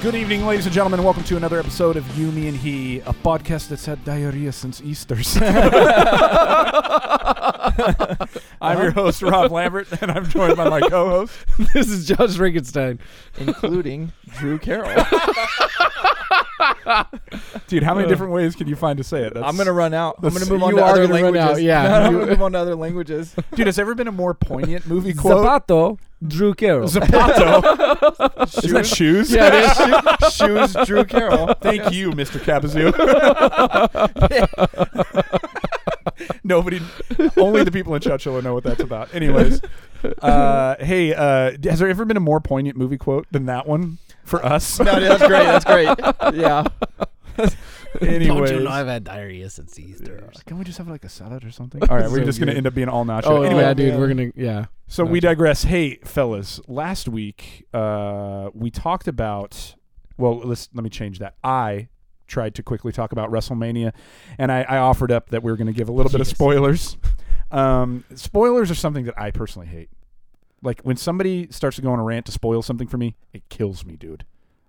Good evening, ladies and gentlemen. Welcome to another episode of You, Me, and He, a podcast that's had diarrhea since Easter's. I'm your host, Rob Lambert, and I'm joined by my co host. this is Josh Frankenstein. including Drew Carroll. Dude, how many different ways can you find to say it? I'm gonna run out. I'm gonna that's- move on you to are other gonna run languages. out, yeah. I'm gonna move on to other languages. Dude, has ever been a more poignant movie quote? Zapato, Drew Carroll. Zapato. is that shoes? Yeah, it is. Shoes, Drew Carroll. Thank you, Mr. Capazoo. Nobody, only the people in Chowchilla know what that's about. Anyways, uh, hey, uh, has there ever been a more poignant movie quote than that one for us? No, dude, that's great. That's great. Yeah. Anyways, had diarrhea since Easter. can we just have like a salad or something? All right, we're So just going to good. end up being all nacho. Oh anyway, yeah, dude. yeah. We're gonna yeah. so we digress. Hey, fellas, last week uh, we talked about. Well, let's let me change that. I tried to quickly talk about WrestleMania, and I, I offered up that we were going to give a little bit of Yes. spoilers. Um, spoilers are something that I personally hate. Like when somebody starts to go on a rant to spoil something for me, it kills me, dude.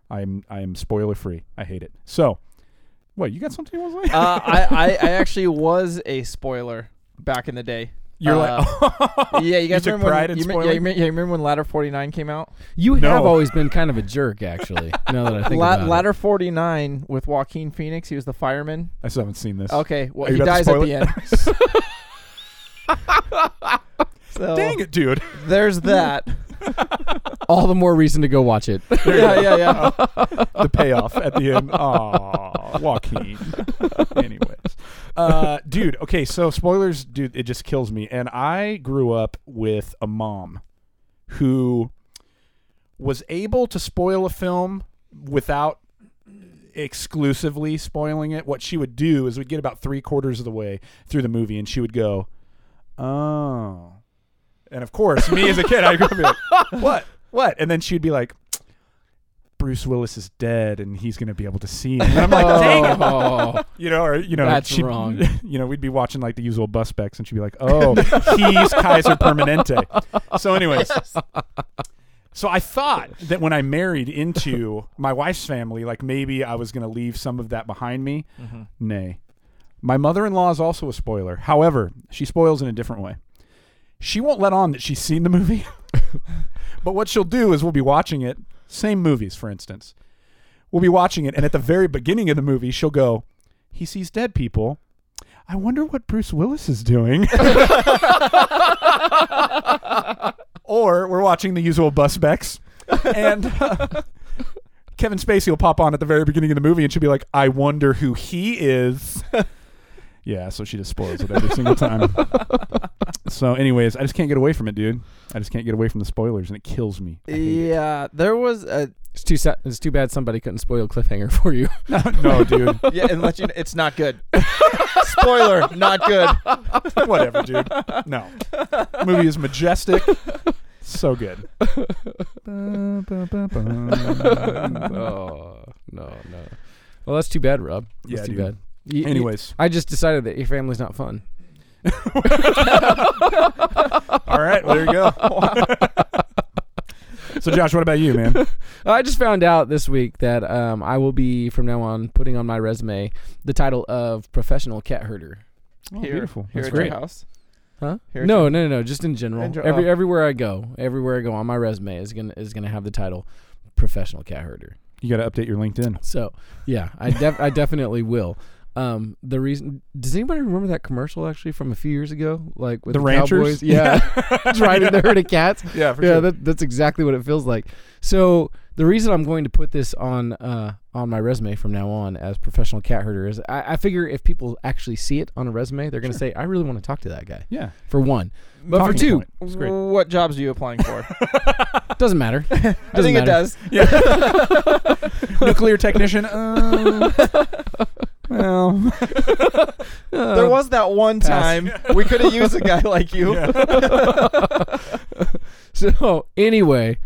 I'm I am spoiler free. I hate it. So, what you got something you want to say? Uh, I, I, I actually was a spoiler back in the day. You're uh, like, Yeah, you guys took remember pride in when you, me- yeah, spoiling? you, me- yeah, you remember when Ladder 49 came out? You No. have always been kind of a jerk, actually. now that I think La- about it. Ladder 49 with Joaquin Phoenix. He was the fireman. I still haven't seen this. Okay, Are well you he about to dies at spoil the end. so Dang it, dude. there's that. All the more reason to go watch it. yeah, yeah, yeah. the payoff at the end. Aw, Joaquin. Anyways, uh, dude. Okay, so spoilers, dude. It just kills me. And I grew up with a mom who was able to spoil a film without exclusively spoiling it. What she would do is we'd get about three quarters of the way through the movie, and she would go, "Oh." And of course, me as a kid, I would be like, "What? What?" And then she'd be like, Bruce Willis is dead and he's going to be able to see him. And I'm like, dang it. oh, You know, or, you know, That's she'd- wrong. You know, we'd be watching like the usual bus specs and she'd be like, oh, he's Kaiser Permanente. So, anyways, so I thought that when I married into my wife's family, like maybe I was going to leave some of that behind me. Mm-hmm. Nay. My mother in law is also a spoiler. However, she spoils in a different way. She won't let on that she's seen the movie. but what she'll do is we'll be watching it, same movies, for instance. We'll be watching it, and at the very beginning of the movie, she'll go, He sees dead people. I wonder what Bruce Willis is doing. or we're watching the usual bus specs. And. uh, Kevin Spacey will pop on at the very beginning of the movie and she'll be like, I wonder who he is. yeah, so she just spoils it every single time. so, anyways, I just can't get away from it, dude. I just can't get away from the spoilers and it kills me. I hate it. Yeah, there was a it's too sa- it's too bad somebody couldn't spoil cliffhanger for you. no, dude. yeah, and let you know, it's not good. Spoiler, not good. Whatever, dude. No. movie is majestic. So good. oh no no. Well, that's too bad, Rob. That's Yeah, too dude. bad. Y- y- Anyways, I just decided that your family's not fun. all right, well, there you go. so, Josh, what about you, man? Oh, I just found out this week that um, I will be from now on putting on my resume the title of professional cat herder. Oh, Here, beautiful. Here That's at great. your house. Huh? Here- no, no, no, no. Just in general. In gen- Every oh. everywhere I go, everywhere I go on my resume is gonna is gonna have the title professional cat herder. You got to update your LinkedIn. So yeah, I def- I definitely will. Um, the reason does anybody remember that commercial actually from a few years ago, like with The the, ranchers? Cowboys? Yeah, just riding the herd of cats. Yeah, for yeah, sure. that, that's exactly what it feels like. So the reason I'm going to put this on uh, on my resume from now on as professional cat herder is I, I figure if people actually see it on a resume, they're going to say, "I really want to talk to that guy." yeah. For one, but for Talking two, point. It's great. What jobs are you applying for? doesn't matter. I think matter. it does. nuclear technician. Uh, well, there was that one Uh, pass. time we could have used a guy like you. so anyway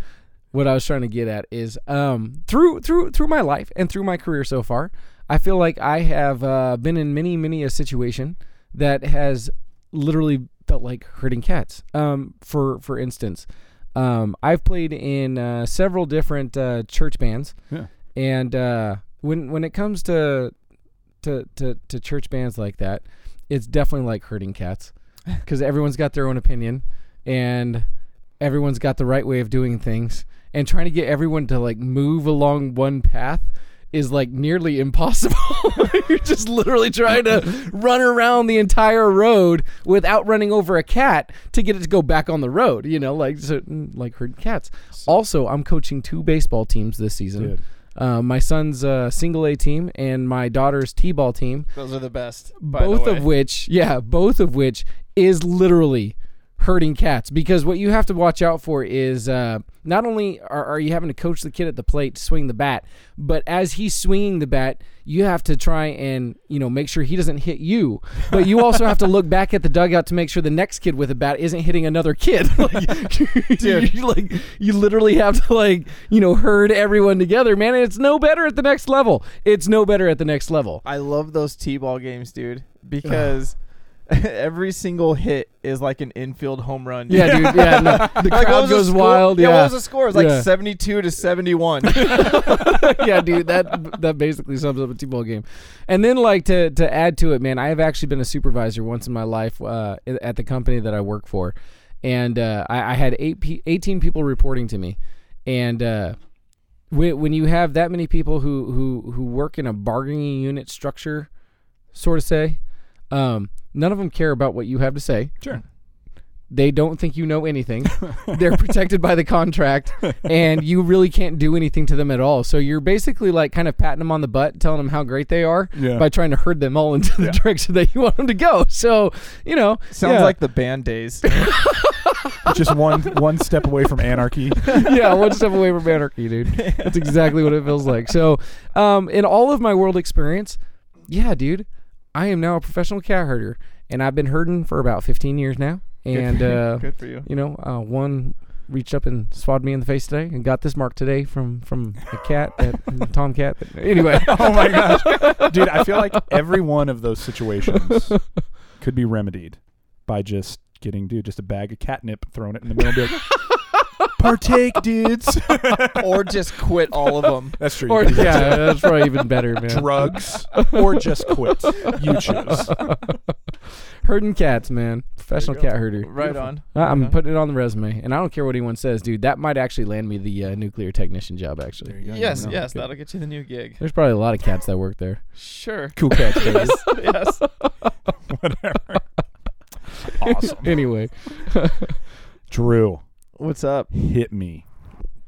what i was trying to get at is um, through through through my life and through my career so far i feel like i have uh, been in many many a situation that has literally felt like herding cats um, for for instance um, i've played in uh, several different uh, church bands Yeah. And uh, when when it comes to to, to to church bands like that, it's definitely like herding cats because everyone's got their own opinion and everyone's got the right way of doing things. And trying to get everyone to like move along one path is like nearly impossible. You're just literally trying to run around the entire road without running over a cat to get it to go back on the road. You know, like so, mm, like herding cats. Also, I'm coaching two baseball teams this season. Dude. Uh, my son's uh, single A team and my daughter's T-ball team. Those are the best. by the both way. of which, yeah, both of which is literally herding cats because what you have to watch out for is uh, not only are, are you having to coach the kid at the plate to swing the bat but as he's swinging the bat you have to try and you know make sure he doesn't hit you but you also have to look back at the dugout to make sure the next kid with a bat isn't hitting another kid like, you, like you literally have to like you know herd everyone together man and it's no better at the next level it's no better at the next level I love those T-ball games, dude, because every single hit is like an infield home run. dude. yeah dude yeah no. the Like, what crowd was the goes score- wild Yeah, yeah what was the score? It was like Yeah. 72 to 71. yeah, dude, that that basically sums up a T-ball game. And then like to to add to it, man, I have actually been a supervisor once in my life uh, i- at the company that I work for, and uh, I, I had eight pe- 18 people reporting to me, and uh, when, when you have that many people who who who work in a bargaining unit structure, sort of say, um, none of them care about what you have to say. Sure. They don't think you know anything. They're protected by the contract, and you really can't do anything to them at all. So you're basically like kind of patting them on the butt, telling them how great they are Yeah. by trying to herd them all into the direction that you want them to go. So you know, Sounds yeah. like the band days. Just one one step away from anarchy. yeah, one step away from anarchy, dude. That's exactly what it feels like. So, um, in all of my world experience, yeah, dude, I am now a professional cat herder, and I've been herding for about 15 years now. And uh, Good for you. you know, uh, one reached up and swatted me in the face today, and got this mark today from from a cat, that, Tom Cat. But anyway, oh my gosh, dude! I feel like every one of those situations could be remedied by just getting, dude, just a bag of catnip, throwing it in the middle, and be like, partake, dudes. or just quit all of them. That's true. or You can yeah, that's probably even better, do man. drugs, or just quit. You choose. Herding cats, man. Professional There you go. Uh-huh. cat herder. Right on. Uh, Ah, I'm Okay. putting it on the resume, and I don't care what anyone says, dude. That might actually land me the uh, nuclear technician job. Actually, There you go, you yes, never know. yes, that'll get you the new gig. there's probably a lot of cats that work there. Sure. Cool catch, baby. yes, yes. Whatever. Awesome. anyway, Drew, What's up? hit me.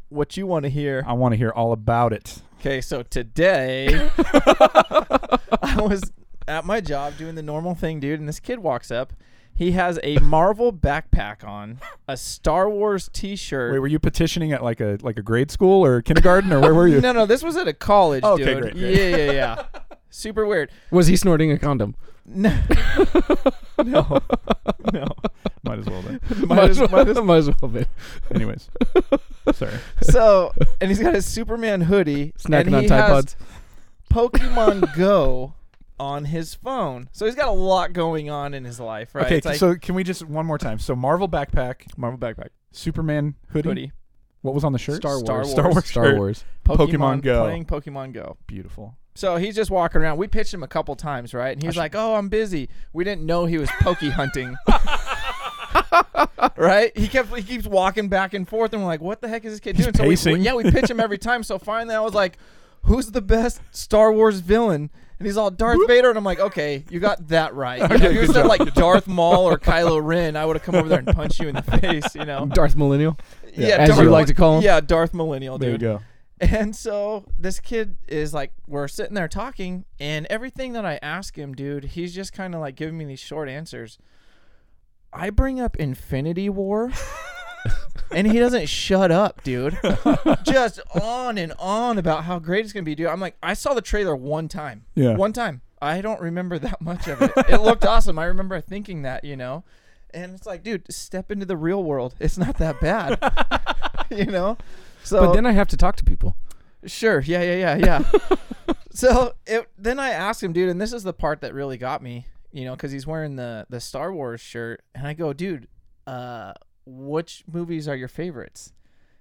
What you want to hear? I want to hear all about it. Okay, so today I was at my job doing the normal thing, dude, and this kid walks up. He has a Marvel backpack on, a Star Wars T-shirt. Wait, were you petitioning at like a like a grade school or kindergarten or where were you? Oh, No, no, this was at a college, Okay, dude. great, great. Yeah, yeah, yeah. Super weird. was he snorting a condom? No, no, no. Might as well then. Might as well, might as well be. Anyways, sorry. So, and he's got his Superman hoodie, Snacking and on he Tide has Pods. Pokemon Go on his phone. So he's got a lot going on in his life, right? Okay, It's like so can we just one more time? So Marvel backpack, Marvel backpack, Superman hoodie. hoodie, What was on the shirt? Star Wars. Star Wars. Star shirt. Wars. Pokemon Go. playing Pokemon Go. Beautiful. So he's just walking around. We pitched him a couple times, right? And he was like, "Oh, I'm busy." We didn't know he was pokey hunting. right? He kept he keeps walking back and forth, and we're like, "What the heck is this kid He's doing?" So pacing. we, yeah, we pitch him every time. So finally, I was like, "Who's the best Star Wars villain?" And he's all Darth Vader, and I'm like, "Okay, you got that right." You know, if you good said like Darth Maul or Kylo Ren, I would have come over there and punched you in the face. You know? Darth Millennial, Yeah. Yeah, as Darth you like to call him. Yeah, Darth Millennial, There dude. you go. And so this kid is like, we're sitting there talking, and everything that I ask him, dude, he's just kind of like giving me these short answers. I bring up Infinity War, and he doesn't shut up, dude. just on and on about how great it's gonna be, dude. I'm like, I saw the trailer one time. Yeah. One time. I don't remember that much of it. It looked awesome. I remember thinking that, you know. And it's like, dude, step into the real world. It's not that bad, you know. So But then I have to talk to people. Sure. Yeah, yeah, yeah, yeah. so it, then I asked him, dude, and this is the part that really got me, you know, because he's wearing the the Star Wars shirt, and I go, dude, uh, which movies are your favorites?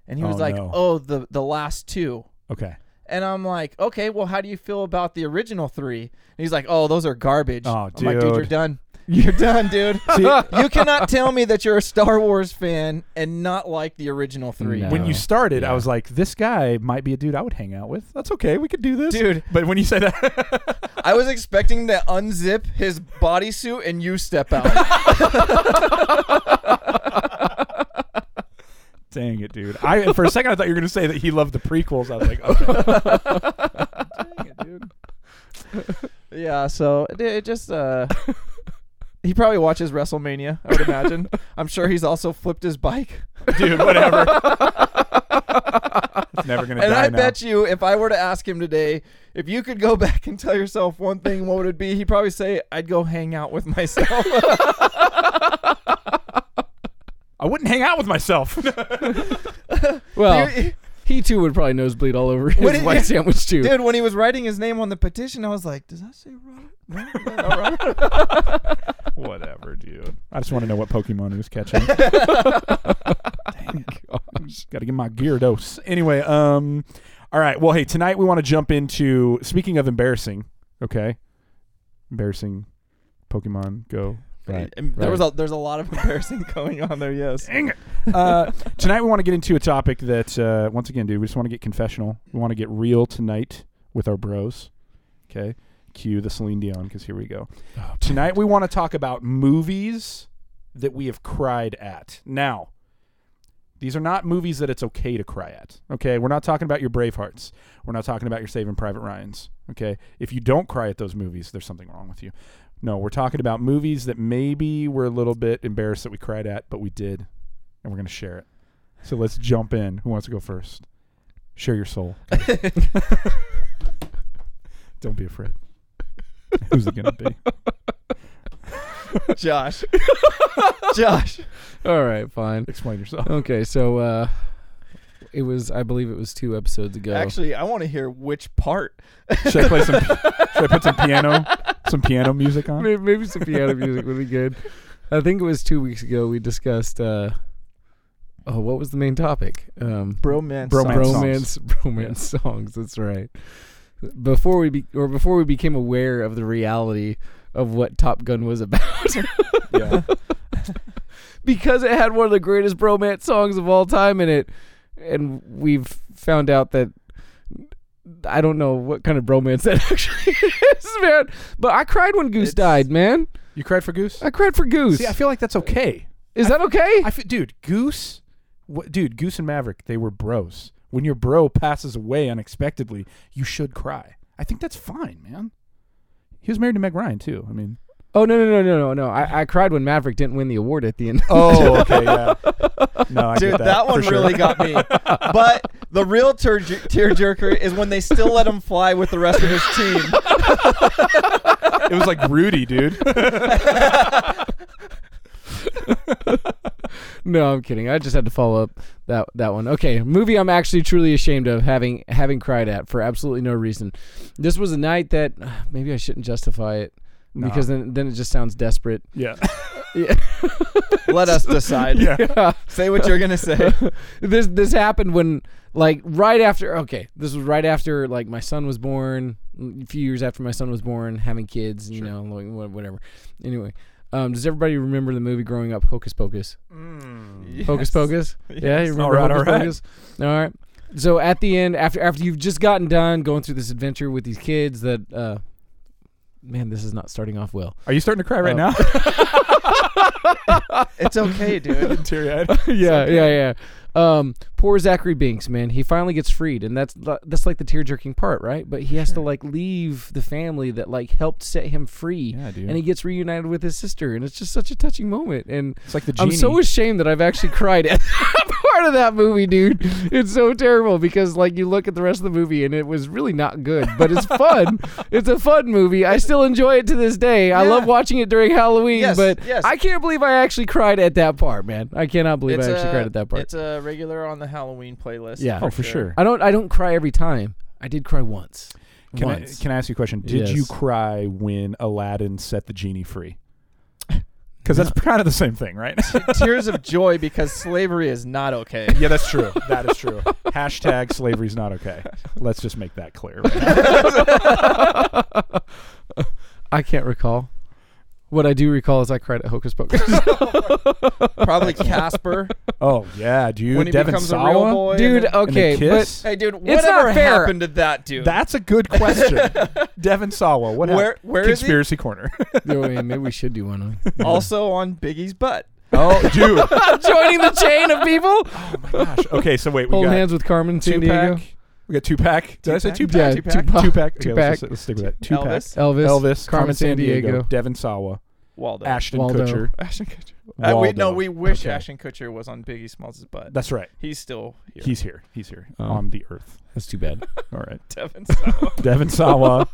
And he was Oh, like, no. oh, the the last two. Okay. And I'm like, okay, well, how do you feel about the original three? And he's like, oh, those are garbage. Oh, I'm like, dude, you're dude. done. You're done, dude. you cannot tell me that you're a Star Wars fan and not like the original three. No. When you started, I Yeah. was like, "This guy might be a dude I would hang out with. That's okay, we could do this, Dude. But when you say that, I was expecting to unzip his bodysuit and you step out. dang it, dude! I for a second I thought you were gonna say that he loved the prequels. I was like, okay. dang it, dude. yeah, so it, it just uh he probably watches WrestleMania, I would imagine. I'm sure he's also flipped his bike. dude, whatever. it's never gonna And die I now. bet you if I were to ask him today, if you could go back and tell yourself one thing, what would it be? He'd probably say, I'd go hang out with myself. I wouldn't hang out with myself. Well, Dude, he too would probably nosebleed all over What his did- white sandwich too. dude, when he was writing his name on the petition, I was like, does that say Robert? Robert? Is that all right? whatever, dude. I just want to know what Pokemon he was catching. Dang it. Got to get my Gyarados. Anyway, um, all right. Well, hey, tonight we want to jump into speaking of embarrassing. Okay, embarrassing Pokemon Go. Right, And There right. was a, there's a lot of embarrassing going on there. Yes. Dang it. Uh, tonight we want to get into a topic that uh, once again, dude, we just want to get confessional. We want to get real tonight with our bros. Okay, cue the Celine Dion because here we go. Tonight we want to talk about movies that we have cried at. Now, these are not movies that it's okay to cry at. Okay, we're not talking about your Bravehearts. We're not talking about your Saving Private Ryan's. Okay, if you don't cry at those movies, there's something wrong with you. No, we're talking about movies that maybe we're a little bit embarrassed that we cried at, but we did, and we're gonna share it. So let's jump in. Who wants to go first? Share your soul. don't be afraid. Who's it gonna be? Josh. Josh. all right, fine. Explain yourself. Okay, so uh, it was I believe it was two episodes ago. Actually, I want to hear which part. Should I play some? should I put some piano, some piano music on? maybe, maybe some piano music would be good. I think it was two weeks ago we discussed. Uh, oh, what was the main topic? Um, Bromance. Bromance. songs. romance, romance songs. That's right. Before we be, or before we became aware of the reality of what Top Gun was about, Yeah. because it had one of the greatest bromance songs of all time in it, and we've found out that I don't know what kind of bromance that actually is, man. But I cried when Goose It's- died, man. You cried for Goose. I cried for Goose. See, I feel like that's okay. Is that okay? I feel, dude, Goose, wh- dude, Goose and Maverick, they were bros. When your bro passes away unexpectedly, you should cry. I think that's fine, man. He was married to Meg Ryan too. I mean, oh no no no no no no! I, I cried when Maverick didn't win the award at the end. oh, okay, yeah. No, I Dude, get that, one really got me. But the real tear tearjerker is when they still let him fly with the rest of his team. it was like Rudy, dude. no, I'm kidding. I just had to follow up that that one. Okay, movie I'm actually truly ashamed of having having cried at for absolutely no reason. This was a night that maybe I shouldn't justify it Nah. because then then it just sounds desperate. Yeah, Let us decide. yeah. Say what you're gonna say. this this happened when like right after okay this was right after like my son was born a few years after my son was born having kids you know like wha- whatever anyway um, does everybody remember the movie growing up hocus pocus hocus Oh, Yes. pocus yeah you Yes. remember All right, all hocus right. pocus all right so at the end after after you've just gotten done going through this adventure with these kids that uh man this is not starting off well Are you starting to cry right Oh. now? It's okay, dude. Teary-eyed. yeah, yeah, yeah. Um, poor Zachary Binks, man. He finally gets freed, and that's li- that's like the tear jerking part, right? But he has to like leave the family that like helped set him free, Yeah, dude. and he gets reunited with his sister, and it's just such a touching moment. And It's like the I'm genie. so ashamed that I've actually cried at part of that movie, dude. It's so terrible because like you look at the rest of the movie and it was really not good, but it's fun. it's a fun movie. I still enjoy it to this day. I Yeah. love watching it during Halloween, Yes, but yes. I can't believe I actually cried at that part, man. I cannot believe I actually a, cried at that part. It's a regular on the Halloween playlist. Yeah. oh, for sure. I don't I don't cry every time. I did cry once. Can I, once. can I ask you a question? Did you Yes. cry when Aladdin set the genie free? Because that's kind of the same thing, right? Tears of joy because slavery is not okay. yeah, that's true. That is true. Hashtag slavery's not okay. Let's just make that clear. I can't recall. What I do recall is I cried at Hocus Pocus. Probably Casper Oh yeah, dude. when he Devin becomes Sawa? a real boy. and Dude, then- And they okay, kiss? but hey, dude, not whatever fair. happened to that dude? That's a good question. Devin Sawa. What Where- happened? where is he? Conspiracy Corner. No, wait, maybe we should do one. on- also on Biggie's butt. oh, dude. Oh Joining the chain of people. my gosh. Okay, so wait, we Holding got hands with Carmen in San Diego. Tupac. We got Tupac. Did I say Tupac? Yeah, Tupac? Tupac. Tupac. Tupac. Okay, Tupac. let's, just- let's stick with that. Tupac. Elvis, Elvis. Elvis, Carmen San Diego. Devin Sawa, Waldo, Ashton Waldo. Kutcher. Ashton Kutcher. Uh, we, no, Waldo. we wish Okay. Ashton Kutcher was on Biggie Smalls' butt. That's right. He's still here. He's here. He's here Oh. on the earth. That's too bad. All right. Devin Sawa. Devin Sawa.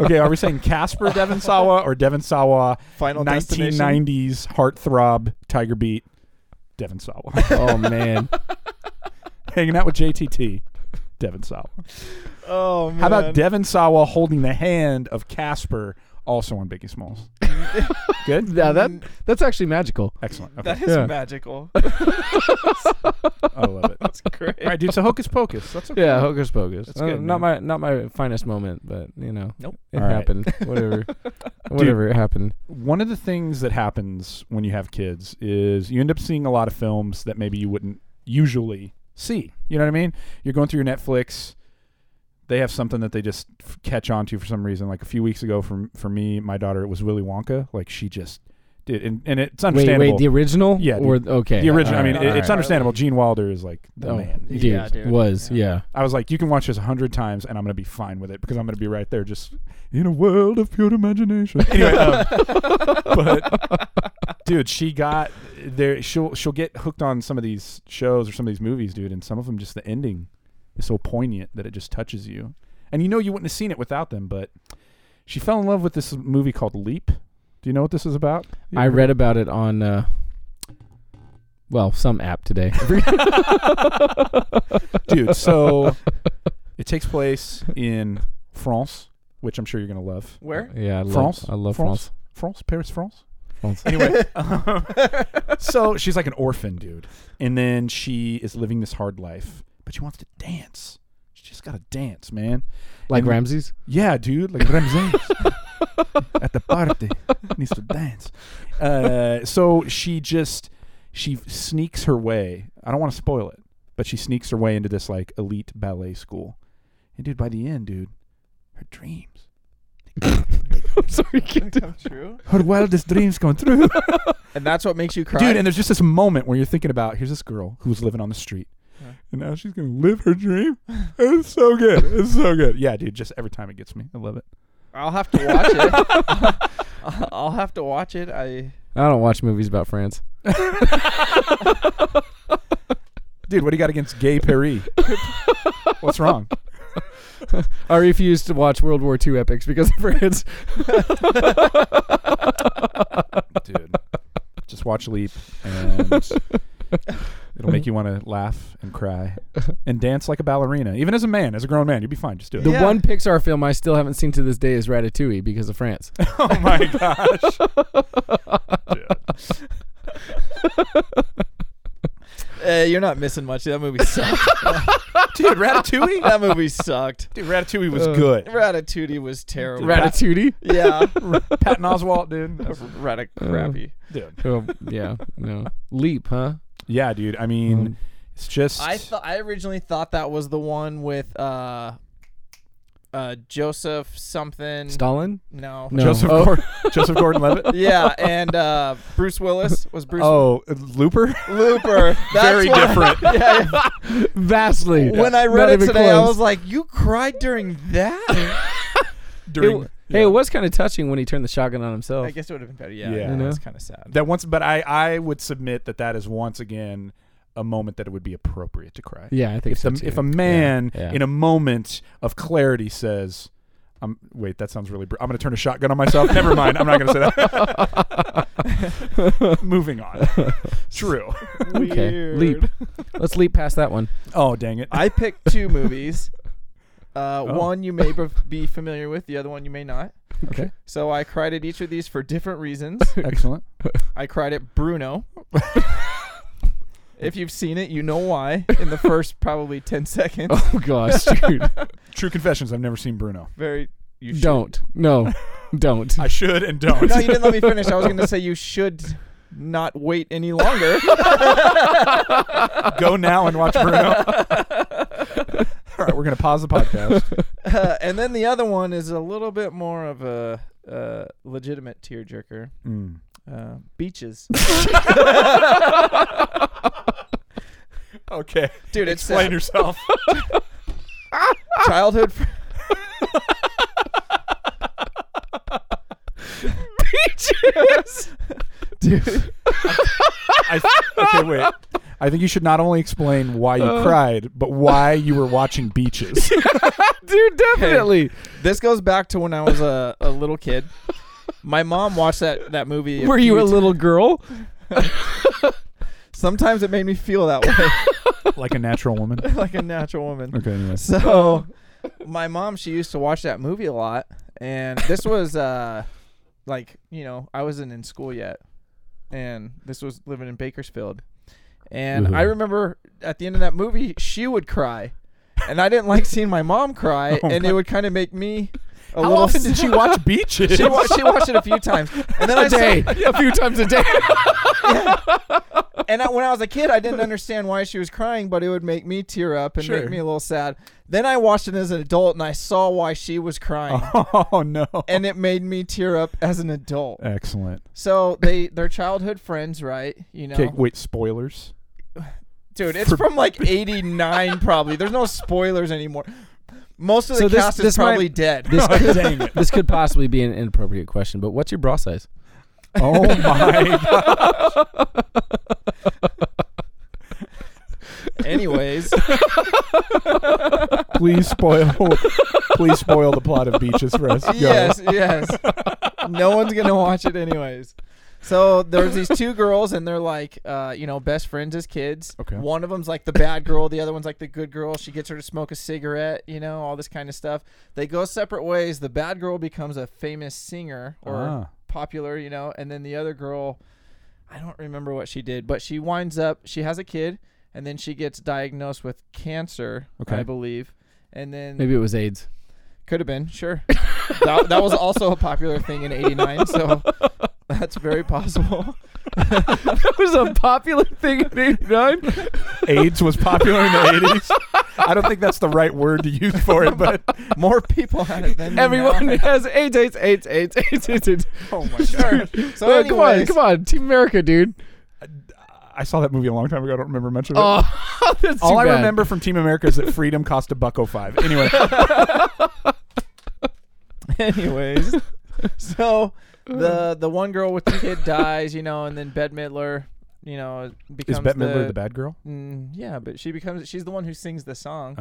okay, are we saying Casper Devin Sawa or Devin Sawa Final Destination. 1990s heartthrob Tiger Beat Devin Sawa oh man. hanging out with JTT Devin Sawa. Oh man. How about Devin Sawa holding the hand of Casper also on Biggie Smalls? Good. Now that that's actually magical. Excellent. Okay. That is Yeah. magical. I love it. That's great. All right, dude. So Hocus Pocus. That's okay. Yeah, hocus pocus. Uh, That's good, not my not my finest moment, but you know, Nope. it All right. happened. Whatever, whatever it happened. One of the things that happens when you have kids is you end up seeing a lot of films that maybe you wouldn't usually see. You know what I mean? You're going through your Netflix. They have something that they just f- catch on to for some reason. Like a few weeks ago, for for me, my daughter, it was Willy Wonka. Like she just did, and, and it's Wait, understandable. wait, the original? Yeah, or okay, The original. I all mean, right, it- all it's right. understandable. Gene Wilder is like the Oh, man. dude, Yeah, dude. was yeah. I was like, you can watch this a hundred times, and I'm gonna be fine with it because I'm gonna be right there, just in a world of pure imagination. Anyway, um, but dude, she got there. She'll she'll get hooked on some of these shows or some of these movies, dude, and some of them just the ending is so poignant that it just touches you, and you know you wouldn't have seen it without them. But she fell in love with this movie called Leap. Do you know what this is about? I read about it on, uh, well, some app today. dude. So it takes place in France, which I'm sure you're gonna love. Where? yeah, I love, France? I love France. France? France, Paris, France. France. anyway, um, so she's like an orphan, dude. And then she is living this hard life, but she wants to dance. She just got to dance, man. Like And- Ramses. Yeah, dude, like Ramses at the party needs to dance. Uh, so she just she sneaks her way. I don't want to spoil it, but she sneaks her way into this like elite ballet school. And dude, by the end, dude, her dreams, I'm sorry, kid. Come true. her wildest dreams come true. And that's what makes you cry. Dude, and there's just this moment where you're thinking about here's this girl who was living on the street. Yeah. And now she's gonna live her dream. It's so good. It's so good. Yeah, dude. Just every time it gets me, I love it. I'll have to watch it. I'll have to watch it. I I don't watch movies about France. Dude, what do you got against Gay Perry? What's wrong? I refuse to watch World War II epics because of France. Dude, just watch Leap, and it'll make you want to laugh and cry and dance like a ballerina. Even as a man, as a grown man, you'll be fine. Just do it. The Yeah. one Pixar film I still haven't seen to this day is Ratatouille because of France. oh my gosh. Dude. Eh, you're not missing much. That movie sucked. Dude, Ratatouille? that movie sucked. Dude, Ratatouille was good. Uh. Ratatouille was terrible. Ratatouille. yeah. Uh, Patton Oswalt, dude. That's- Rata crappy. Dude. oh, yeah, no. Leap, huh? Yeah, dude. I mean, Mm-hmm. Um, it's just I thought I originally thought that was the one with uh uh Joseph something. Stalin. No. No. Joseph Oh. Gordon, Joseph Gordon-Levitt. Yeah, and uh Bruce Willis was Bruce Oh, Looper. Looper. That's Very what- different. Yeah, yeah. Vastly. When I Not read it even today, I close. was like, "You cried during that." During, It- Hey, it was kind of touching when he turned the shotgun on himself. I guess it would have been better. Yeah, Yeah. yeah. You know? that's kind of sad. that once, but I, I would submit that that is once again a moment that it would be appropriate to cry. Yeah, I think If, so the, too. if a man Yeah, yeah. in a moment of clarity says, "I'm wait, that sounds really," br- I'm going to turn a shotgun on myself. Never mind. I'm not going to say that. Moving on. True. okay, leap. Let's leap past that one. Oh, dang it. I picked two movies. Uh, Oh. One you may bef- be familiar with, the other one you may not. Okay. So I cried at each of these for different reasons. Excellent. I cried at Bruno. If you've seen it, you know why in the first probably 10 seconds. Oh gosh, dude. True confessions. I've never seen Bruno. Very. You should. don't. No. Don't. I should and don't. No, you didn't let me finish. I was going to say you should not wait any longer. Go now and watch Bruno. All right, we're gonna pause the podcast. Uh, and then the other one is a little bit more of a uh, legitimate tearjerker. Mm. Uh, beaches, Okay, dude. It's explain sad. yourself. childhood. fr- dude. I, okay, wait. I think you should not only explain why you Uh. cried, but why you were watching beaches. Dude, definitely. This goes back to when I was a, a little kid. My mom watched that that movie. Were you few a little girl? ti- Sometimes it made me feel that way, like a natural woman. like a natural woman. Okay, anyways. So, my mom she used to watch that movie a lot, and this was uh, like you know I wasn't in school yet, and this was living in Bakersfield, and I Mm-hmm. Mhm. remember at the end of that movie she would cry, and I didn't like seeing my mom cry, Oh and my- it would kind of make me. A How little often did she watch beaches? She, wa- she watched it a few times, and then I a day. say, a few times a day. and I, when I was a kid, I didn't understand why she was crying, but it would make me tear up and Sure. make me a little sad. Then I watched it as an adult, and I saw why she was crying. oh no. and it made me tear up as an adult. Excellent. So they they're childhood friends, right? You know, Okay, wait. Spoilers. dude, it's from like '89 probably. There's no spoilers anymore. Most of the So this- cast this is probably might- dead. This could, Dang it. this could possibly be an inappropriate question, but what's your bra size? Oh my. God. Anyways, Please spoil. Please spoil the plot of beaches for us. Go. yes, yes. No one's gonna watch it anyways. So there's these two girls, and they're like, uh, you know, best friends as kids. Okay. One of them's like the bad girl, the other one's like the good girl. She gets her to smoke a cigarette, you know, all this kind of stuff. They go separate ways. The bad girl becomes a famous singer or Ah. popular, you know, and then the other girl, I don't remember what she did, but she winds up, she has a kid, and then she gets diagnosed with cancer, Okay. I believe. And then Maybe it was AIDS. could have been, sure. that, that was also a popular thing in 89, so that's very possible. That was a popular thing in 89. AIDS was popular in the 80s. I don't think that's the right word to use for it, but More people had it than Everyone now. has AIDS, AIDS, AIDS, AIDS, AIDS, AIDS. AIDS. oh my Sure. So Uh, come on, anyways, come on. Team America, dude. I saw that movie a long time ago. I don't remember much of it. Oh, that's too All I bad. remember from Team America is that freedom cost a buck oh five. Anyway, Anyways, so the the one girl with the kid dies, you know, and then Bette Midler, you know, becomes is Bette Midler the, the bad girl? Mm, yeah, but she becomes she's the one who sings the song.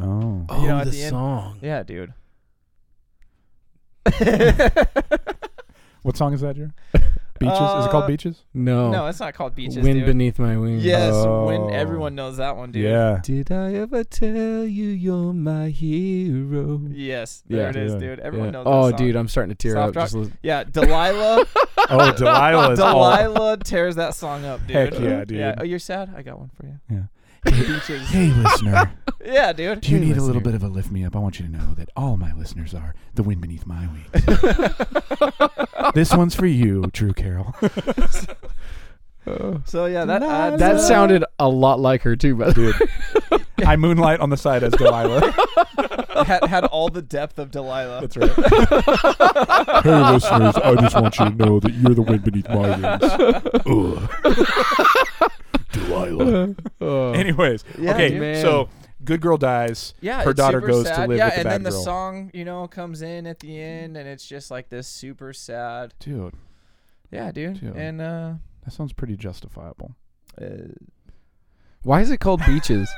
Oh, Oh, you know, at the, the end- song. Yeah, dude. what song is that, Drew? Beaches? is it Uh, called Beaches? No. No, it's not called beaches. Wind dude. beneath my wings. Yes, Oh. when everyone knows that one, dude. Yeah. Did I ever tell you you're my hero? Yes, there Yeah. it is, Yeah. dude. Everyone Yeah. knows. oh, that song. dude, I'm starting to tear Soft up. rock. Just li- Yeah, Delilah. Oh, Delilah. Is all- Delilah tears that song up, dude. Heck yeah, dude. Oh, you're sad? I got one for you. Yeah. Beaches. Hey, listener. Yeah, dude. Do you Hey, need a listener. little bit of a lift me up? I want you to know that all my listeners are the wind beneath my wings. this one's for you, Drew Carroll. Oh. So yeah, that Delilah. adds that up. sounded a lot like her too, but Dude, I moonlight on the side as Delilah. had, had all the depth of Delilah. That's right. hey, listeners, I just want you to know that you're the wind beneath my wings. Delilah. Oh. Anyways, Yeah, okay, dude. so good girl dies. Yeah, her it's daughter super goes to sad. live yeah, with the and bad then the girl. song you know comes in at the end, and it's just like this super sad. Dude, Yeah, dude. Dude. And uh, that sounds pretty justifiable. Why is it called beaches?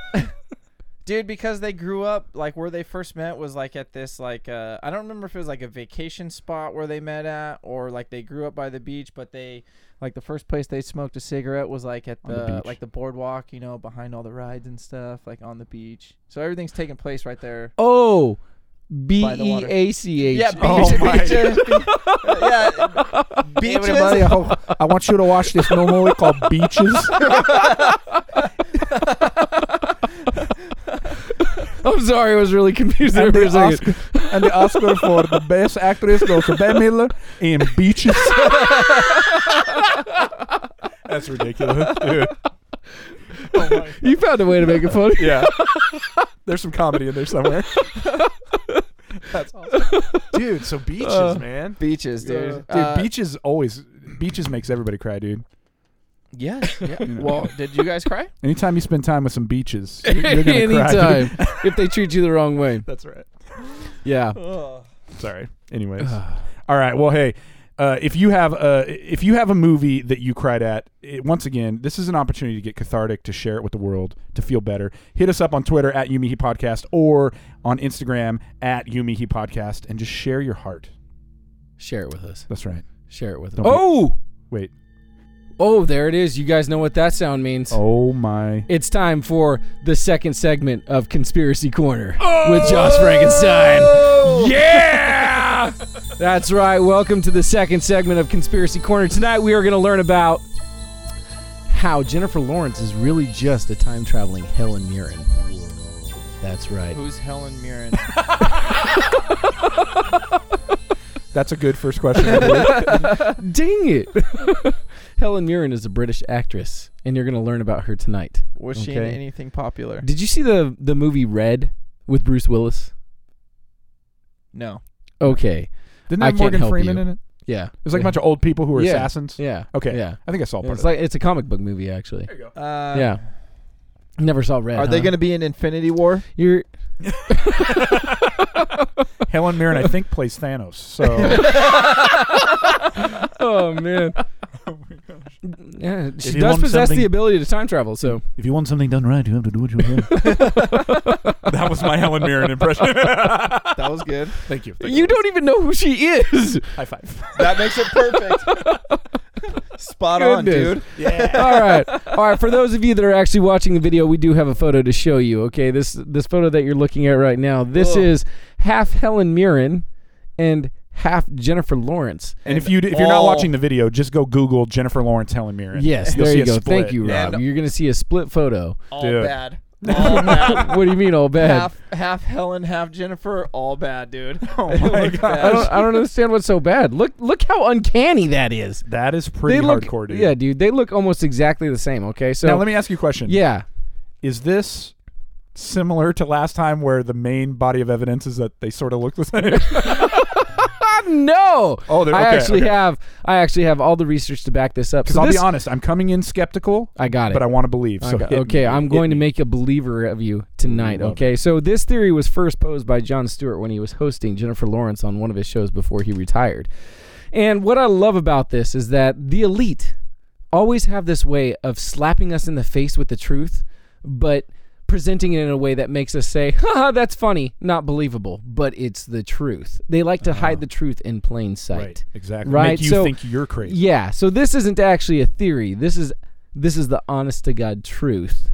dude, because they grew up like where they first met was like at this like uh, I don't remember if it was like a vacation spot where they met at or like they grew up by the beach, but they like the first place they smoked a cigarette was like at On the, the beach. like the boardwalk, you know, behind all the rides and stuff, like on the beach. So everything's taking place right there. oh, B By the E water. A C H. Yeah, Oh beach, my- beaches, be- yeah, beaches. I, want you to watch this normal called Beaches. I'm sorry, I was really confused there and, for the a second. Oscar, and the Oscar for the best actress goes to Bette Midler in Beaches. That's ridiculous, dude. You found a way to make it funny. Yeah. There's some comedy in there somewhere. That's awesome. Dude, so beaches, Uh, man. Beaches, dude. Yeah. Dude, Dude, Uh, beaches always beaches makes everybody cry, dude. Yes. Yeah. You know. Well, did you guys cry? Anytime you spend time with some beaches, you're, you're gonna cry. Anytime dude. if they treat you the wrong way. That's right. Yeah. Sorry. Anyways. Uh. All right. Well, hey, uh, if you have a if you have a movie that you cried at, it, once again, this is an opportunity to get cathartic, to share it with the world, to feel better. Hit us up on Twitter at Yumihi Podcast or on Instagram at Yumihi Podcast, and just share your heart. Share it with us. That's right. Share it with us. Don't be- Oh, Wait. oh, there it is. You guys know what that sound means. Oh my. It's time for the second segment of Conspiracy Corner Oh, with Josh Frankenstein. Yeah. That's right. Welcome to the second segment of Conspiracy Corner. Tonight we are going to learn about how Jennifer Lawrence is really just a time traveling Helen Mirren. That's right. Who's Helen Mirren? That's a good first question. I believe. Dang it. Helen Mirren is a British actress, and you're going to learn about her tonight. Was she in Okay. anything popular? Did you see the the movie Red with Bruce Willis? No. Okay. Didn't I that have can't Morgan help Freeman you. in it? Yeah. It's like a bunch of old people who are Yeah. assassins. Yeah. Okay. Yeah. I think I saw part It's of like it's a comic book movie actually. it. There you go. Uh, yeah. Never saw Red. Are they huh? going to be in Infinity War? You're Helen Mirren, I think, plays Thanos. So. Oh man. Yeah, she you does want possess the something- ability to time travel, so If you want something done right, you have to do what you want. that was my Helen Mirren impression. That was good. Thank you. you don't even know who she is. High five. that makes it perfect. Spot Goodness. on, dude. Yeah. All right. All right, for those of you that are actually watching the video, we do have a photo to show you. Okay, this this photo that you're looking at right now. This Oh. Ugh. is half Helen Mirren and half Jennifer Lawrence. And if you if you're not watching the video, just go Google Jennifer Lawrence Helen Mirren. Yes, You'll there see you a go. split. Thank you, Rob. And- You're gonna see a split photo. all Dude. bad, Oh, all bad. what do you mean, all bad? half half Helen, half Jennifer, all bad, dude. Oh It my looked gosh. I bad. don't, I don't understand what's so bad. Look, look how uncanny that is. That is pretty they look, hardcore, dude. yeah, dude. They look almost exactly the same. Okay, so Now let me ask you a question. yeah, Is this similar to last time where the main body of evidence is that they sort of look the same? Ah, no. Oh, they're- I okay, actually okay. have, I actually have all the research to back this up. Because So I'll this, be honest, I'm coming in skeptical, I got it. but I want to believe. So Okay, hit me, okay, I'm hit going to me. make a believer of you tonight. Love Okay, so this theory was first posed by John Stewart when he was hosting Jennifer Lawrence on one of his shows before he retired. And what I love about this is that the elite always have this way of slapping us in the face with the truth, but presenting it in a way that makes us say, haha, that's funny, not believable, but it's the truth. They like to hide the truth in plain sight. Ah. right. Exactly. Right, Make you so- think you're crazy. Yeah, so this isn't actually a theory. This is this is the honest to god truth.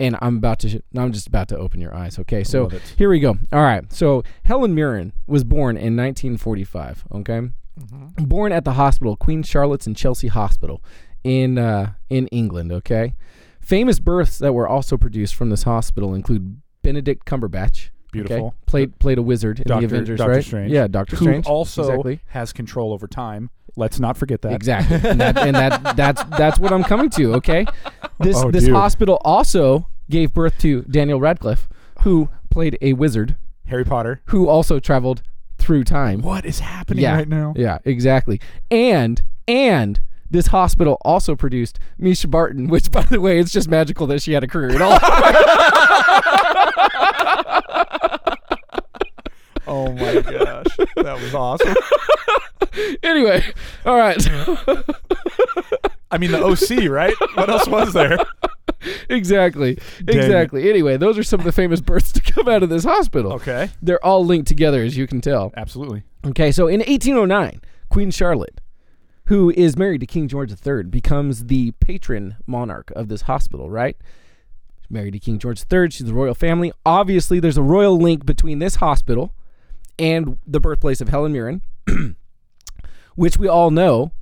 And I'm about to sh- I'm just about to open your eyes, okay? So love it. here we go. All right. So Helen Mirren was born in 1945, okay? Mm-hmm. Born at the hospital Queen Charlotte's and Chelsea Hospital in uh, in England, okay? Famous births that were also produced from this hospital include Benedict Cumberbatch, Beautiful. played played a wizard in Doctor- the Avengers, Doctor right? Strange. Yeah, Doctor who Strange. also exactly. has control over time. Let's not forget that. Exactly. And, that, and that that's that's what I'm coming to, okay? This Oh, this dude. hospital also gave birth to Daniel Radcliffe, who played a wizard Harry Potter. who also traveled through time. What is happening Yeah. right now? Yeah, exactly. And and this hospital also produced Misha Barton, which by the way, it's just magical that she had a career at all. Oh my gosh, that was awesome. anyway, all right. I mean, the OC, right? What else was there? exactly. it. Exactly. Anyway, those are some of the famous births to come out of this hospital. Okay, They're all linked together as you can tell. absolutely. Okay, so in 1809, Queen Charlotte, who is married to King George III, becomes the patron monarch of this hospital, right? She's married to King George III, she's the royal family. Obviously, there's a royal link between this hospital and the birthplace of Helen Mirren, which we all know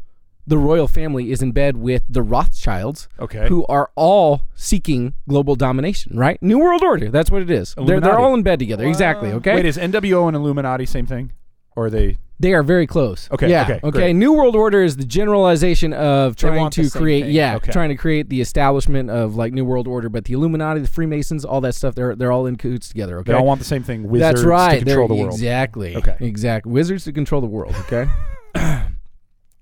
the royal family is in bed with the Rothschilds, Okay. who are all seeking global domination, right? New World Order. That's what it is. They're, they're Illuminati. all in bed together. Exactly. Okay. Wait, is NWO and Illuminati same thing? Or are they They are very close. Okay, Yeah. okay, Okay. great. New World Order is the generalization of trying want the to same create. thing. Yeah. Okay. Trying to create the establishment of like New World Order, but the Illuminati, the Freemasons, all that stuff. They're they're all in cahoots together. Okay. they all want the same thing? Wizards That's right. to control They're- the world. Exactly. Okay. Exactly. Wizards to control the world. Okay.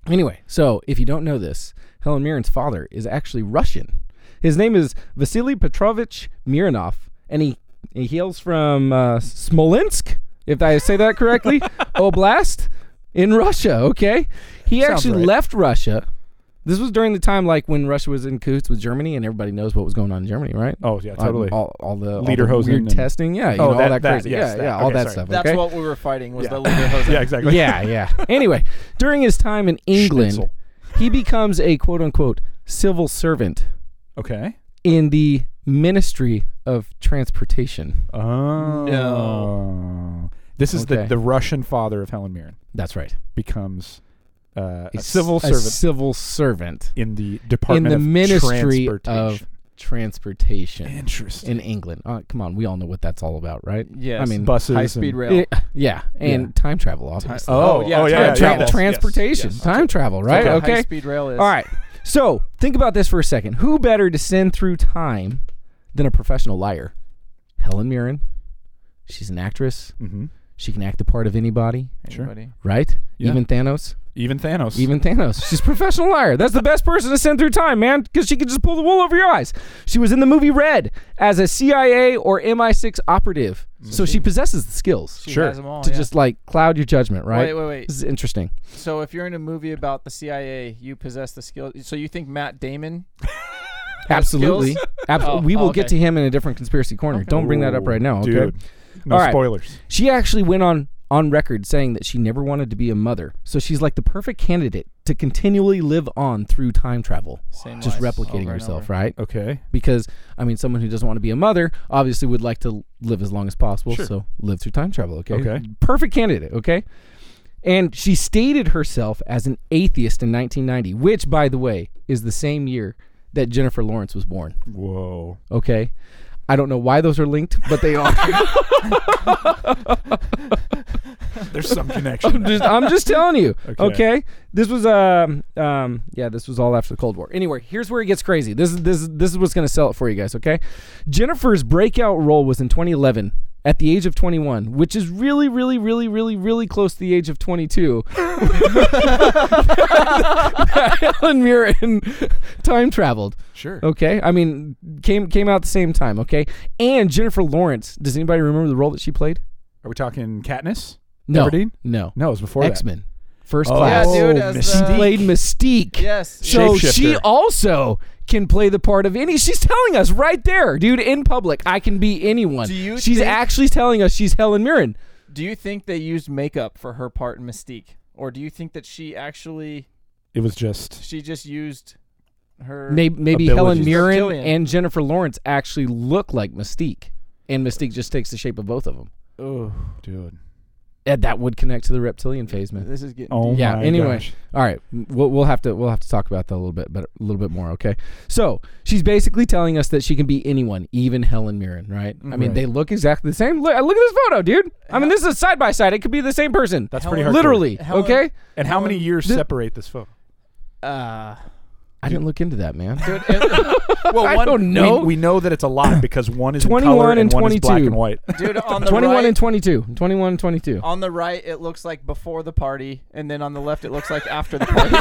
anyway, so if you don't know this, Helen Mirren's father is actually Russian. His name is Vasily Petrovich Mironov, and he, he hails from uh, Smolensk, if I say that correctly, Oblast in Russia. Okay. He Sounds actually right. left Russia. This was during the time like when Russia was in cahoots with Germany, and everybody knows what was going on in Germany, right? Oh yeah, All- totally. All, all the all the Lederhosen weird and- testing, yeah, you Oh, know, that- all that that, crazy, yes, yeah, that. yeah, all Okay, that sorry. stuff. That's okay? what we were fighting was Yeah. the Lederhosen. yeah, exactly. yeah, yeah. Anyway, during his time in England, Schnitzel. he becomes a quote unquote civil servant Okay. in the Ministry of Transportation. Oh. This is Okay. the, the Russian father of Helen Mirren That's right, becomes uh, a s- civil a servant civil servant in the Department the of Ministry of- Transportation. transportation Interesting. in England. Uh, come on, we all know what that's all about, right? Yes. I mean, Buses. high and- speed rail. Yeah, yeah, and time travel, obviously. Oh, Oh, yeah, oh, time yeah, yeah, Tra- yeah, yes, transportation, yes. time travel, That's right? what Okay. High speed rail is. All right. So think about this for a second. Who better to send through time than a professional liar? Helen Mirren. She's an actress. yes. Mhm. She can act the part of anybody, Sure. Anybody? right? Yeah. Even Thanos. Even Thanos. Even Thanos. She's a professional liar. That's the best person to send through time, man, because she can just pull the wool over your eyes. She was in the movie Red as a CIA or MI6 operative. So she possesses the skills Mm-hmm. She Sure. has 'em all, to yeah. just like cloud your judgment, right? Wait, wait, wait. This is interesting. So if you're in a movie about the CIA, you possess the skills. So you think Matt Damon? Absolutely. Abs- Oh, we will okay. get to him in a different conspiracy corner. Don't bring that up Ooh, right now, okay? Dude. No All right. spoilers. She actually went on on record saying that she never wanted to be a mother. So she's like the perfect candidate to continually live on through time travel. Same Just life replicating over and herself, over. right? Okay. Because I mean someone who doesn't want to be a mother obviously would like to live as long as possible, Sure. so live through time travel, okay? Okay. Perfect candidate, okay? And she stated herself as an atheist in 1990, which by the way is the same year that Jennifer Lawrence was born Whoa. okay? I don't know why those are linked, but they are. There's some connection. I'm, just, I'm just telling you, Okay. Oh, okay. This was um um yeah, this was all after the Cold War. Anyway, here's where it gets crazy. This is this is this is what's gonna sell it for you guys, okay? Jennifer's breakout role was in 2011 at the age of 21, which is really, really, really, really, really close to the age of 22. Helen Mirren time traveled. sure. Okay, I mean, came came out at the same time. Okay, and Jennifer Lawrence. Does anybody remember the role that she played? Are we talking Katniss? No, Everdeen? no, No, it was before X Men, first that. class. Yeah, dude, as Mystique. the- Played Mystique. Yes. yes. So she Shapeshifter. also can play the part of any. She's telling us right there, dude, in public, I can be anyone. Do you she's think- actually telling us she's Helen Mirren. Do you think they used makeup for her part in Mystique, or do you think that she actually It was just she just used her? Maybe, maybe Abilities. Helen She's Mirren reptilian. and Jennifer Lawrence actually look like Mystique, and Mystique just takes the shape of both of them. Oh, dude. And that would connect to the reptilian phase, man. this is getting. Oh deep. Yeah, my anyway. gosh. All right, we'll, we'll have to we'll have to talk about that a little bit, but a little bit more. Okay, so she's basically telling us that she can be anyone, even Helen Mirren, right? I mean, Right. they look exactly the same. Look, look at this photo, dude. I mean, this is a side by side. It could be the same person. That's Helen- pretty hard. Literally, Helen- okay. And how many years Th- separate this photo? Uh, I didn't look into that, man. dude, it- well, I one, don't know. We, we know that it's a lot because one is in 21 color and one is black 22. and white. dude, on the 21 right, and 22. 21 and 22. on the right, it looks like before the party, and then on the left, it looks like after the party.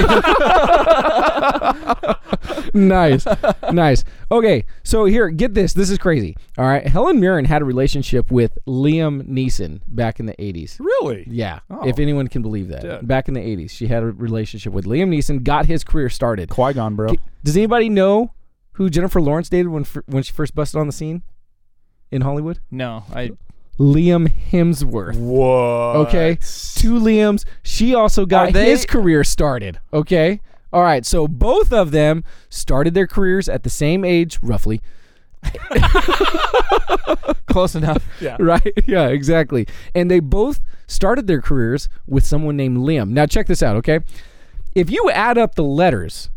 nice. Nice. Okay, so here, get this. This is crazy. All right, Helen Mirren had a relationship with Liam Neeson back in the 80s. Really? Yeah, Oh. if anyone can believe that. Dude. Back in the 80s, she had a relationship with Liam Neeson, got his career started. Qui Gon, bro. K- Does anybody know who Jennifer Lawrence dated when fir- when she first busted on the scene in Hollywood? no, I. Liam Hemsworth. Whoa. Okay, two Liams. She also got Are they- his career started. Okay, all right. So both of them started their careers at the same age, roughly. Close enough. Yeah. Right? Yeah, exactly. And they both started their careers with someone named Liam. Now check this out, okay? If you add up the letters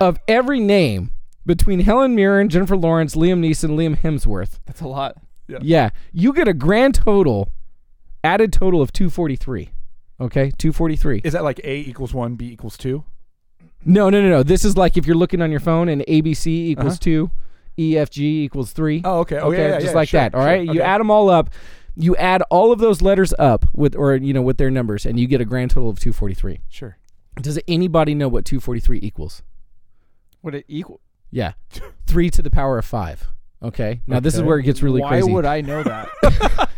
of every name between Helen Mirren, Jennifer Lawrence, Liam Neeson, Liam Hemsworth, That's a lot. yeah, you get a grand total, added total of 243. Okay, 243. Is that like A equals one, B equals two? No, no, no, no. This is like if you're looking on your phone and ABC equals two, EFG equals three. Oh, okay. Oh, yeah, yeah, just yeah, like sure, that. All sure, right, you okay. add them all up. You add all of those letters up with, or you know, with their numbers, and you get a grand total of 243. Sure. Does anybody know what 243 equals? Would it equal? Yeah, three to the power of five. Okay. Now this is Okay. where it gets really Why crazy. would I know that?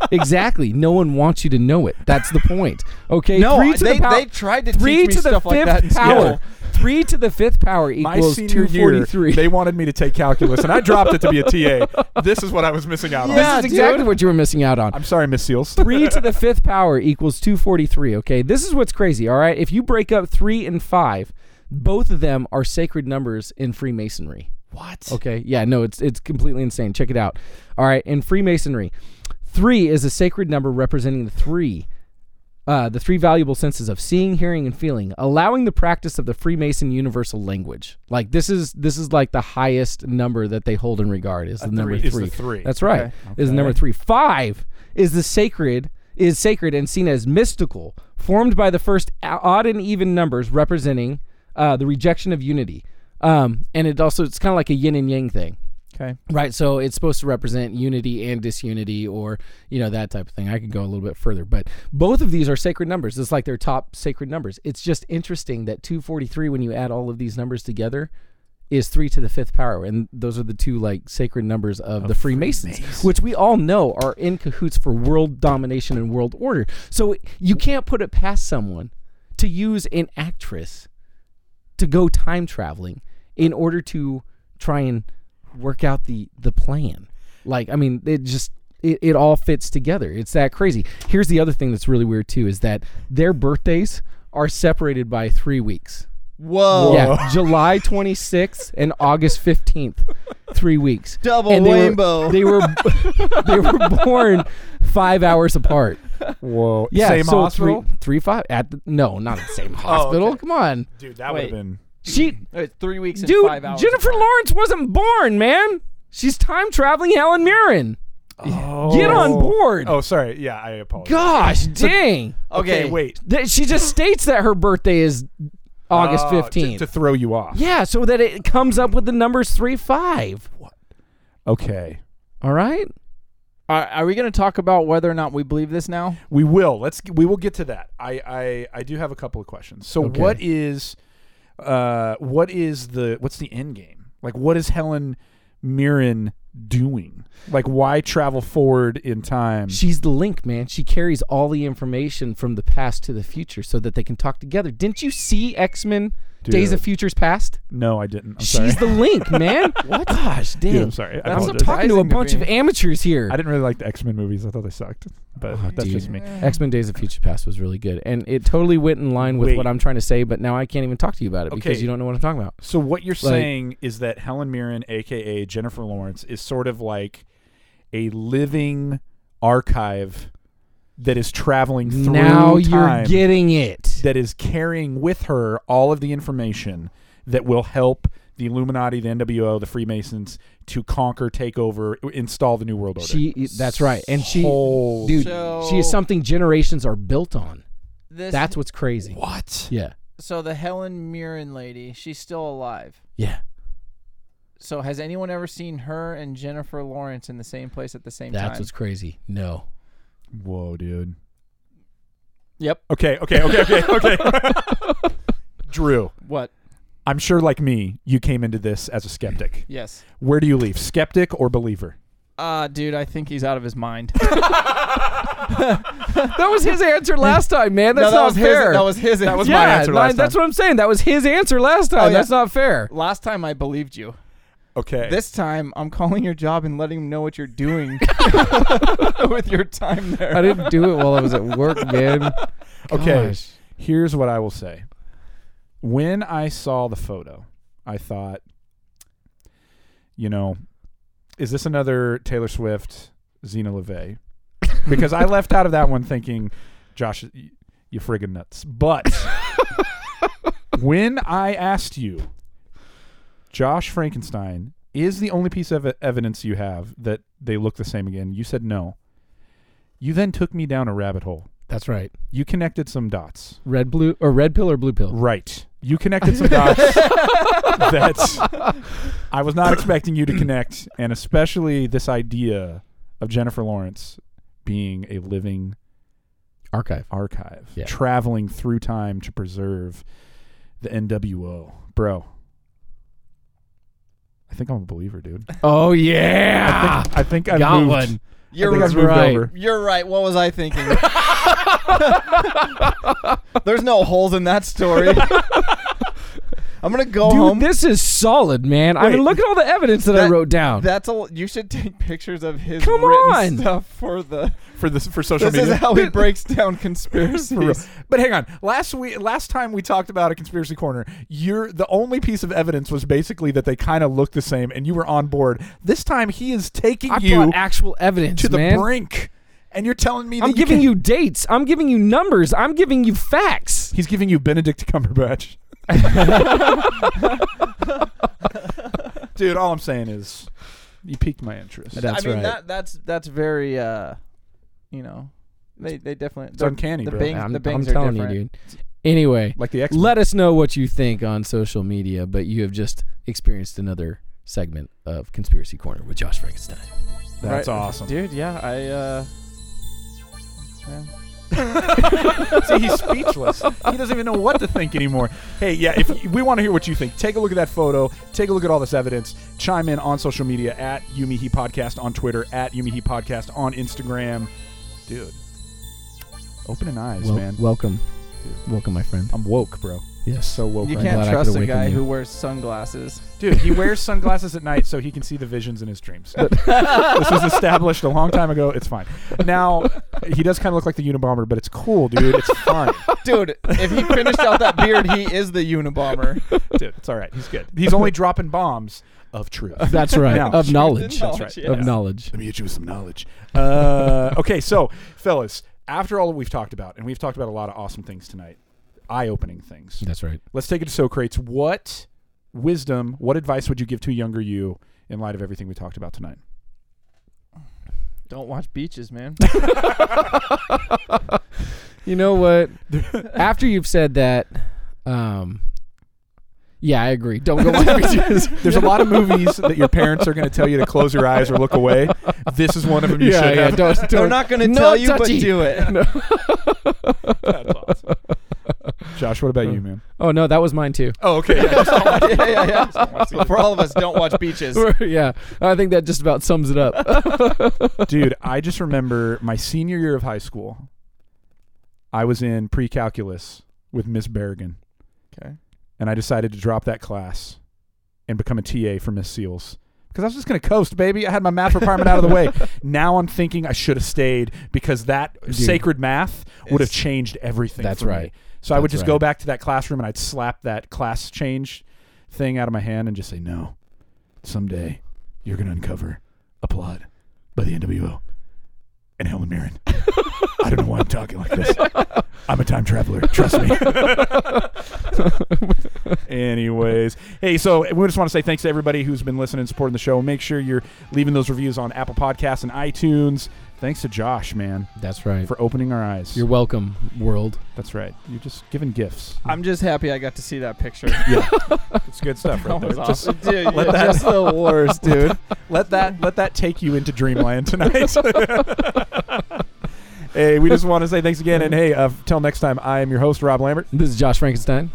exactly. No one wants you to know it. That's the point. Okay. no, three to they, the power. they tried to three teach me to the stuff like that in fifth power. school. Three to the fifth power My equals senior year, 243. they wanted me to take calculus, and I dropped it to be a TA. This is what I was missing out on. this Yeah, is exactly dude. what you were missing out on. I'm sorry, Miss Seals. three to the fifth power equals 243. Okay, this is what's crazy. All right, if you break up three and five, both of them are sacred numbers in Freemasonry. What? Okay, yeah, no, it's it's completely insane. Check it out. All right, in Freemasonry, three is a sacred number representing the three. Uh, the three valuable senses of seeing, hearing, and feeling, allowing the practice of the Freemason universal language. Like this is this is like the highest number that they hold in regard is the number three is three. the three. That's right. Is number three. Five is the sacred is sacred and seen as mystical, formed by the first o- odd and even numbers representing uh, the rejection of unity. Um, and it also it's kind of like a yin and yang thing. Okay. Right, so it's supposed to represent unity and disunity, or you know that type of thing. I could go a little bit further, but both of these are sacred numbers. It's like their top sacred numbers. It's just interesting that 243, when you add all of these numbers together, is three to the fifth power, and those are the two like sacred numbers of, the Freemasons, which we all know are in cahoots for world domination and world order. So you can't put it past someone to use an actress to go time traveling in order to try and work out the the plan. Like, I mean, it just it, it all fits together. It's that crazy. Here's the other thing that's really weird too is that their birthdays are separated by three weeks. Whoa. Yeah, July 26th and August 15th, three weeks. Double and they rainbow. Were, they were they were born five hours apart. Whoa. Yeah, Same so hospital? Oh, Three, three five at the, no, not at the same hospital. Come on, Dude, that would have Wait. been. she It's three weeks and dude. five hours. Jennifer Lawrence wasn't born, man. She's time traveling Helen Mirren. Get on board. Oh, sorry. Yeah, I apologize. Gosh, dang. Okay, Okay, wait. That- She just states that her birthday is August Oh, to- 15th. To, throw you off. yeah, so that it comes up with the numbers 3 5. Okay. All right? Are, are we going to talk about whether or not we believe this now? We will. Let's. We will get to that. I. I. I do have a couple of questions. So, Okay. what is, uh, what is the what's the end game? Like, what is Helen Mirren doing? Like, why travel forward in time? She's the link, man. She carries all the information from the past to the future so that they can talk together. Didn't you see X Men Days Dude. of Futures Past? no, I didn't. I'm sorry. She's the link, man. what? Gosh, dang. Dude, I'm sorry. I That's I'm apologize. talking to a Surprising to bunch of me. amateurs here. I didn't really like the X Men movies. I thought they sucked. But that's Oh, dude. just me. X Men Days of Future Past was really good, and it totally went in line with Wait. what I'm trying to say. But now I can't even talk to you about it because Okay. you don't know what I'm talking about. So what you're saying is that Helen Mirren, aka Jennifer Lawrence, is sort of like a living archive that is traveling through now time you're getting it. that is carrying with her all of the information that will help the Illuminati, the NWO, the Freemasons to conquer, take over, install the New World Order. She, that's right, and she, Holy- dude, So- she is something generations are built on. This, That's what's crazy. what? Yeah, so the Helen Mirren lady. She's still alive. yeah, So has anyone ever seen her and Jennifer Lawrence in the same place at the same that's time? what's crazy. No, Whoa, dude. yep. Okay, okay, okay, okay, okay. Drew, What? I'm sure, like me, you came into this as a skeptic. Yes. Where do you leave? Skeptic or believer? Uh, dude, I think he's out of his mind. that was his answer last time, man. That's that not was fair. His, that was his. That was yeah, my answer last no, that's time. what I'm saying. That was his answer last time. yeah. That's not fair. Last time I believed you. Okay. This time I'm calling your job and letting them know what you're doing with your time I there. didn't do it while I was at work, man. okay. Gosh. Here's what I will say. When I saw the photo, I thought, you know, is this another Taylor Swift, Xena LeVay? Because I left out of that one thinking, Josh, y- you friggin' nuts. But when I asked you, Josh Frankenstein is the only piece of e- evidence you have that they look the same again, you said no. You then took me down a rabbit hole. That's right. You connected some dots. Red blue or red pill or blue pill. Right. You connected some dots that I was not expecting you to connect, and especially this idea of Jennifer Lawrence being a living Archive. archive, Yeah. traveling through time to preserve the NWO. Bro, I think I'm a believer, dude. Oh yeah. I think I Ah, Got moved. one. I You're think I've moved right. over. You're right. What was I thinking? There's no holes in that story. I'm gonna go Dude, home. this is solid, man. I mean, Wait. look at all the evidence that, I That- wrote down. That's a. You should take pictures of his Come written on. stuff for the. for this for social This is media. how he breaks down conspiracies. But hang on. Last week, last time we talked about a conspiracy corner, you're the only piece of evidence was basically that they kind of look the same, and you were on board. This time, he is taking I you brought actual evidence, to the man. brink, and you're telling me that I'm giving can- you dates. I'm giving you numbers. I'm giving you facts. He's giving you Benedict Cumberbatch. Dude, all I'm saying is you piqued my interest. It's That's I mean right. that that's that's very uh, you know, they they definitely they're- uncanny, the bro. bang- I'm, the I'm bangs are telling you, different. dude. Anyway, Like the X. let us know what you think on social media, but you have just experienced another segment of Conspiracy Corner with Josh Frankenstein. That's Right. awesome. dude. Yeah, I uh, yeah. See, he's speechless. He doesn't even know what to think anymore. Hey, yeah, if you- we want to hear what you think, take a look at that photo. Take a look at all this evidence. Chime in on social media at Yumihi Podcast on Twitter, at Yumihi Podcast on Instagram. Dude, opening eyes, Wel- man. Welcome, welcome, my friend. I'm woke, bro. Yes. So woke. you right now. glad I can't could trust a awaken guy you. who wears sunglasses. Dude, he wears sunglasses at night so he can see the visions in his dreams. this was established a long time ago. It's fine. Now, he does kind of look like the Unabomber, but it's cool, dude. It's fine. Dude, if he finished out that beard, he is the Unabomber. Dude, it's all right. He's good. He's only dropping bombs of truth. That's right. Now- of knowledge. That's right. Of Yeah. knowledge. Let me hit you with some knowledge. Uh, okay, so, fellas, after all that we've talked about, and we've talked about a lot of awesome things tonight, eye opening things. That's right. Let's take it to Socrates. What wisdom, what advice would you give to a younger you in light of everything we talked about tonight? Don't watch beaches, man. You know what? After you've said that, um, yeah, I agree. Don't go watch beaches. There's a lot of movies that your parents are going to tell you to close your eyes or look away. This is one of them you yeah, should yeah. have. Don't, don't. They're not going to No tell you, touchy. but do it. That's awesome. Josh, what about you, man? Oh no, that was mine too. Oh, okay. yeah, yeah, yeah. For all of us, don't watch beaches. yeah, I think that just about sums it up. Dude, I just remember my senior year of high school, I was in pre calculus with Miss Berrigan, Okay. and I decided to drop that class and become a TA for Miss Seals. Because I was just going to coast, baby. I had my math requirement out of the way. Now I'm thinking I should have stayed because that Dude. sacred math would have It's- changed everything. That's for me. right. So I would That's just go right. back to that classroom and I'd slap that class change thing out of my hand and just say, "No, someday you're gonna uncover a plot by the NWO and Helen Mirren." I don't know why I'm talking like this. I'm a time traveler. Trust me. Anyways, hey, so we just want to say thanks to everybody who's been listening and supporting the show. Make sure you're leaving those reviews on Apple Podcasts and iTunes. Thanks to Josh, man, That's right. for opening our eyes. You're welcome, world. That's right. You're just giving gifts. I'm just happy I got to see that picture. Yeah, it's good stuff right That there. was Just awesome. Dude, you're let that- just the worst, dude. let that let that take you into dreamland tonight. hey, we just want to say thanks again, and hey, uh, till next time. I am your host, Rob Lambert. This is Josh Frankenstein.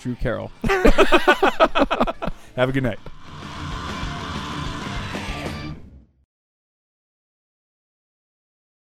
Drew Carroll. Have a good night.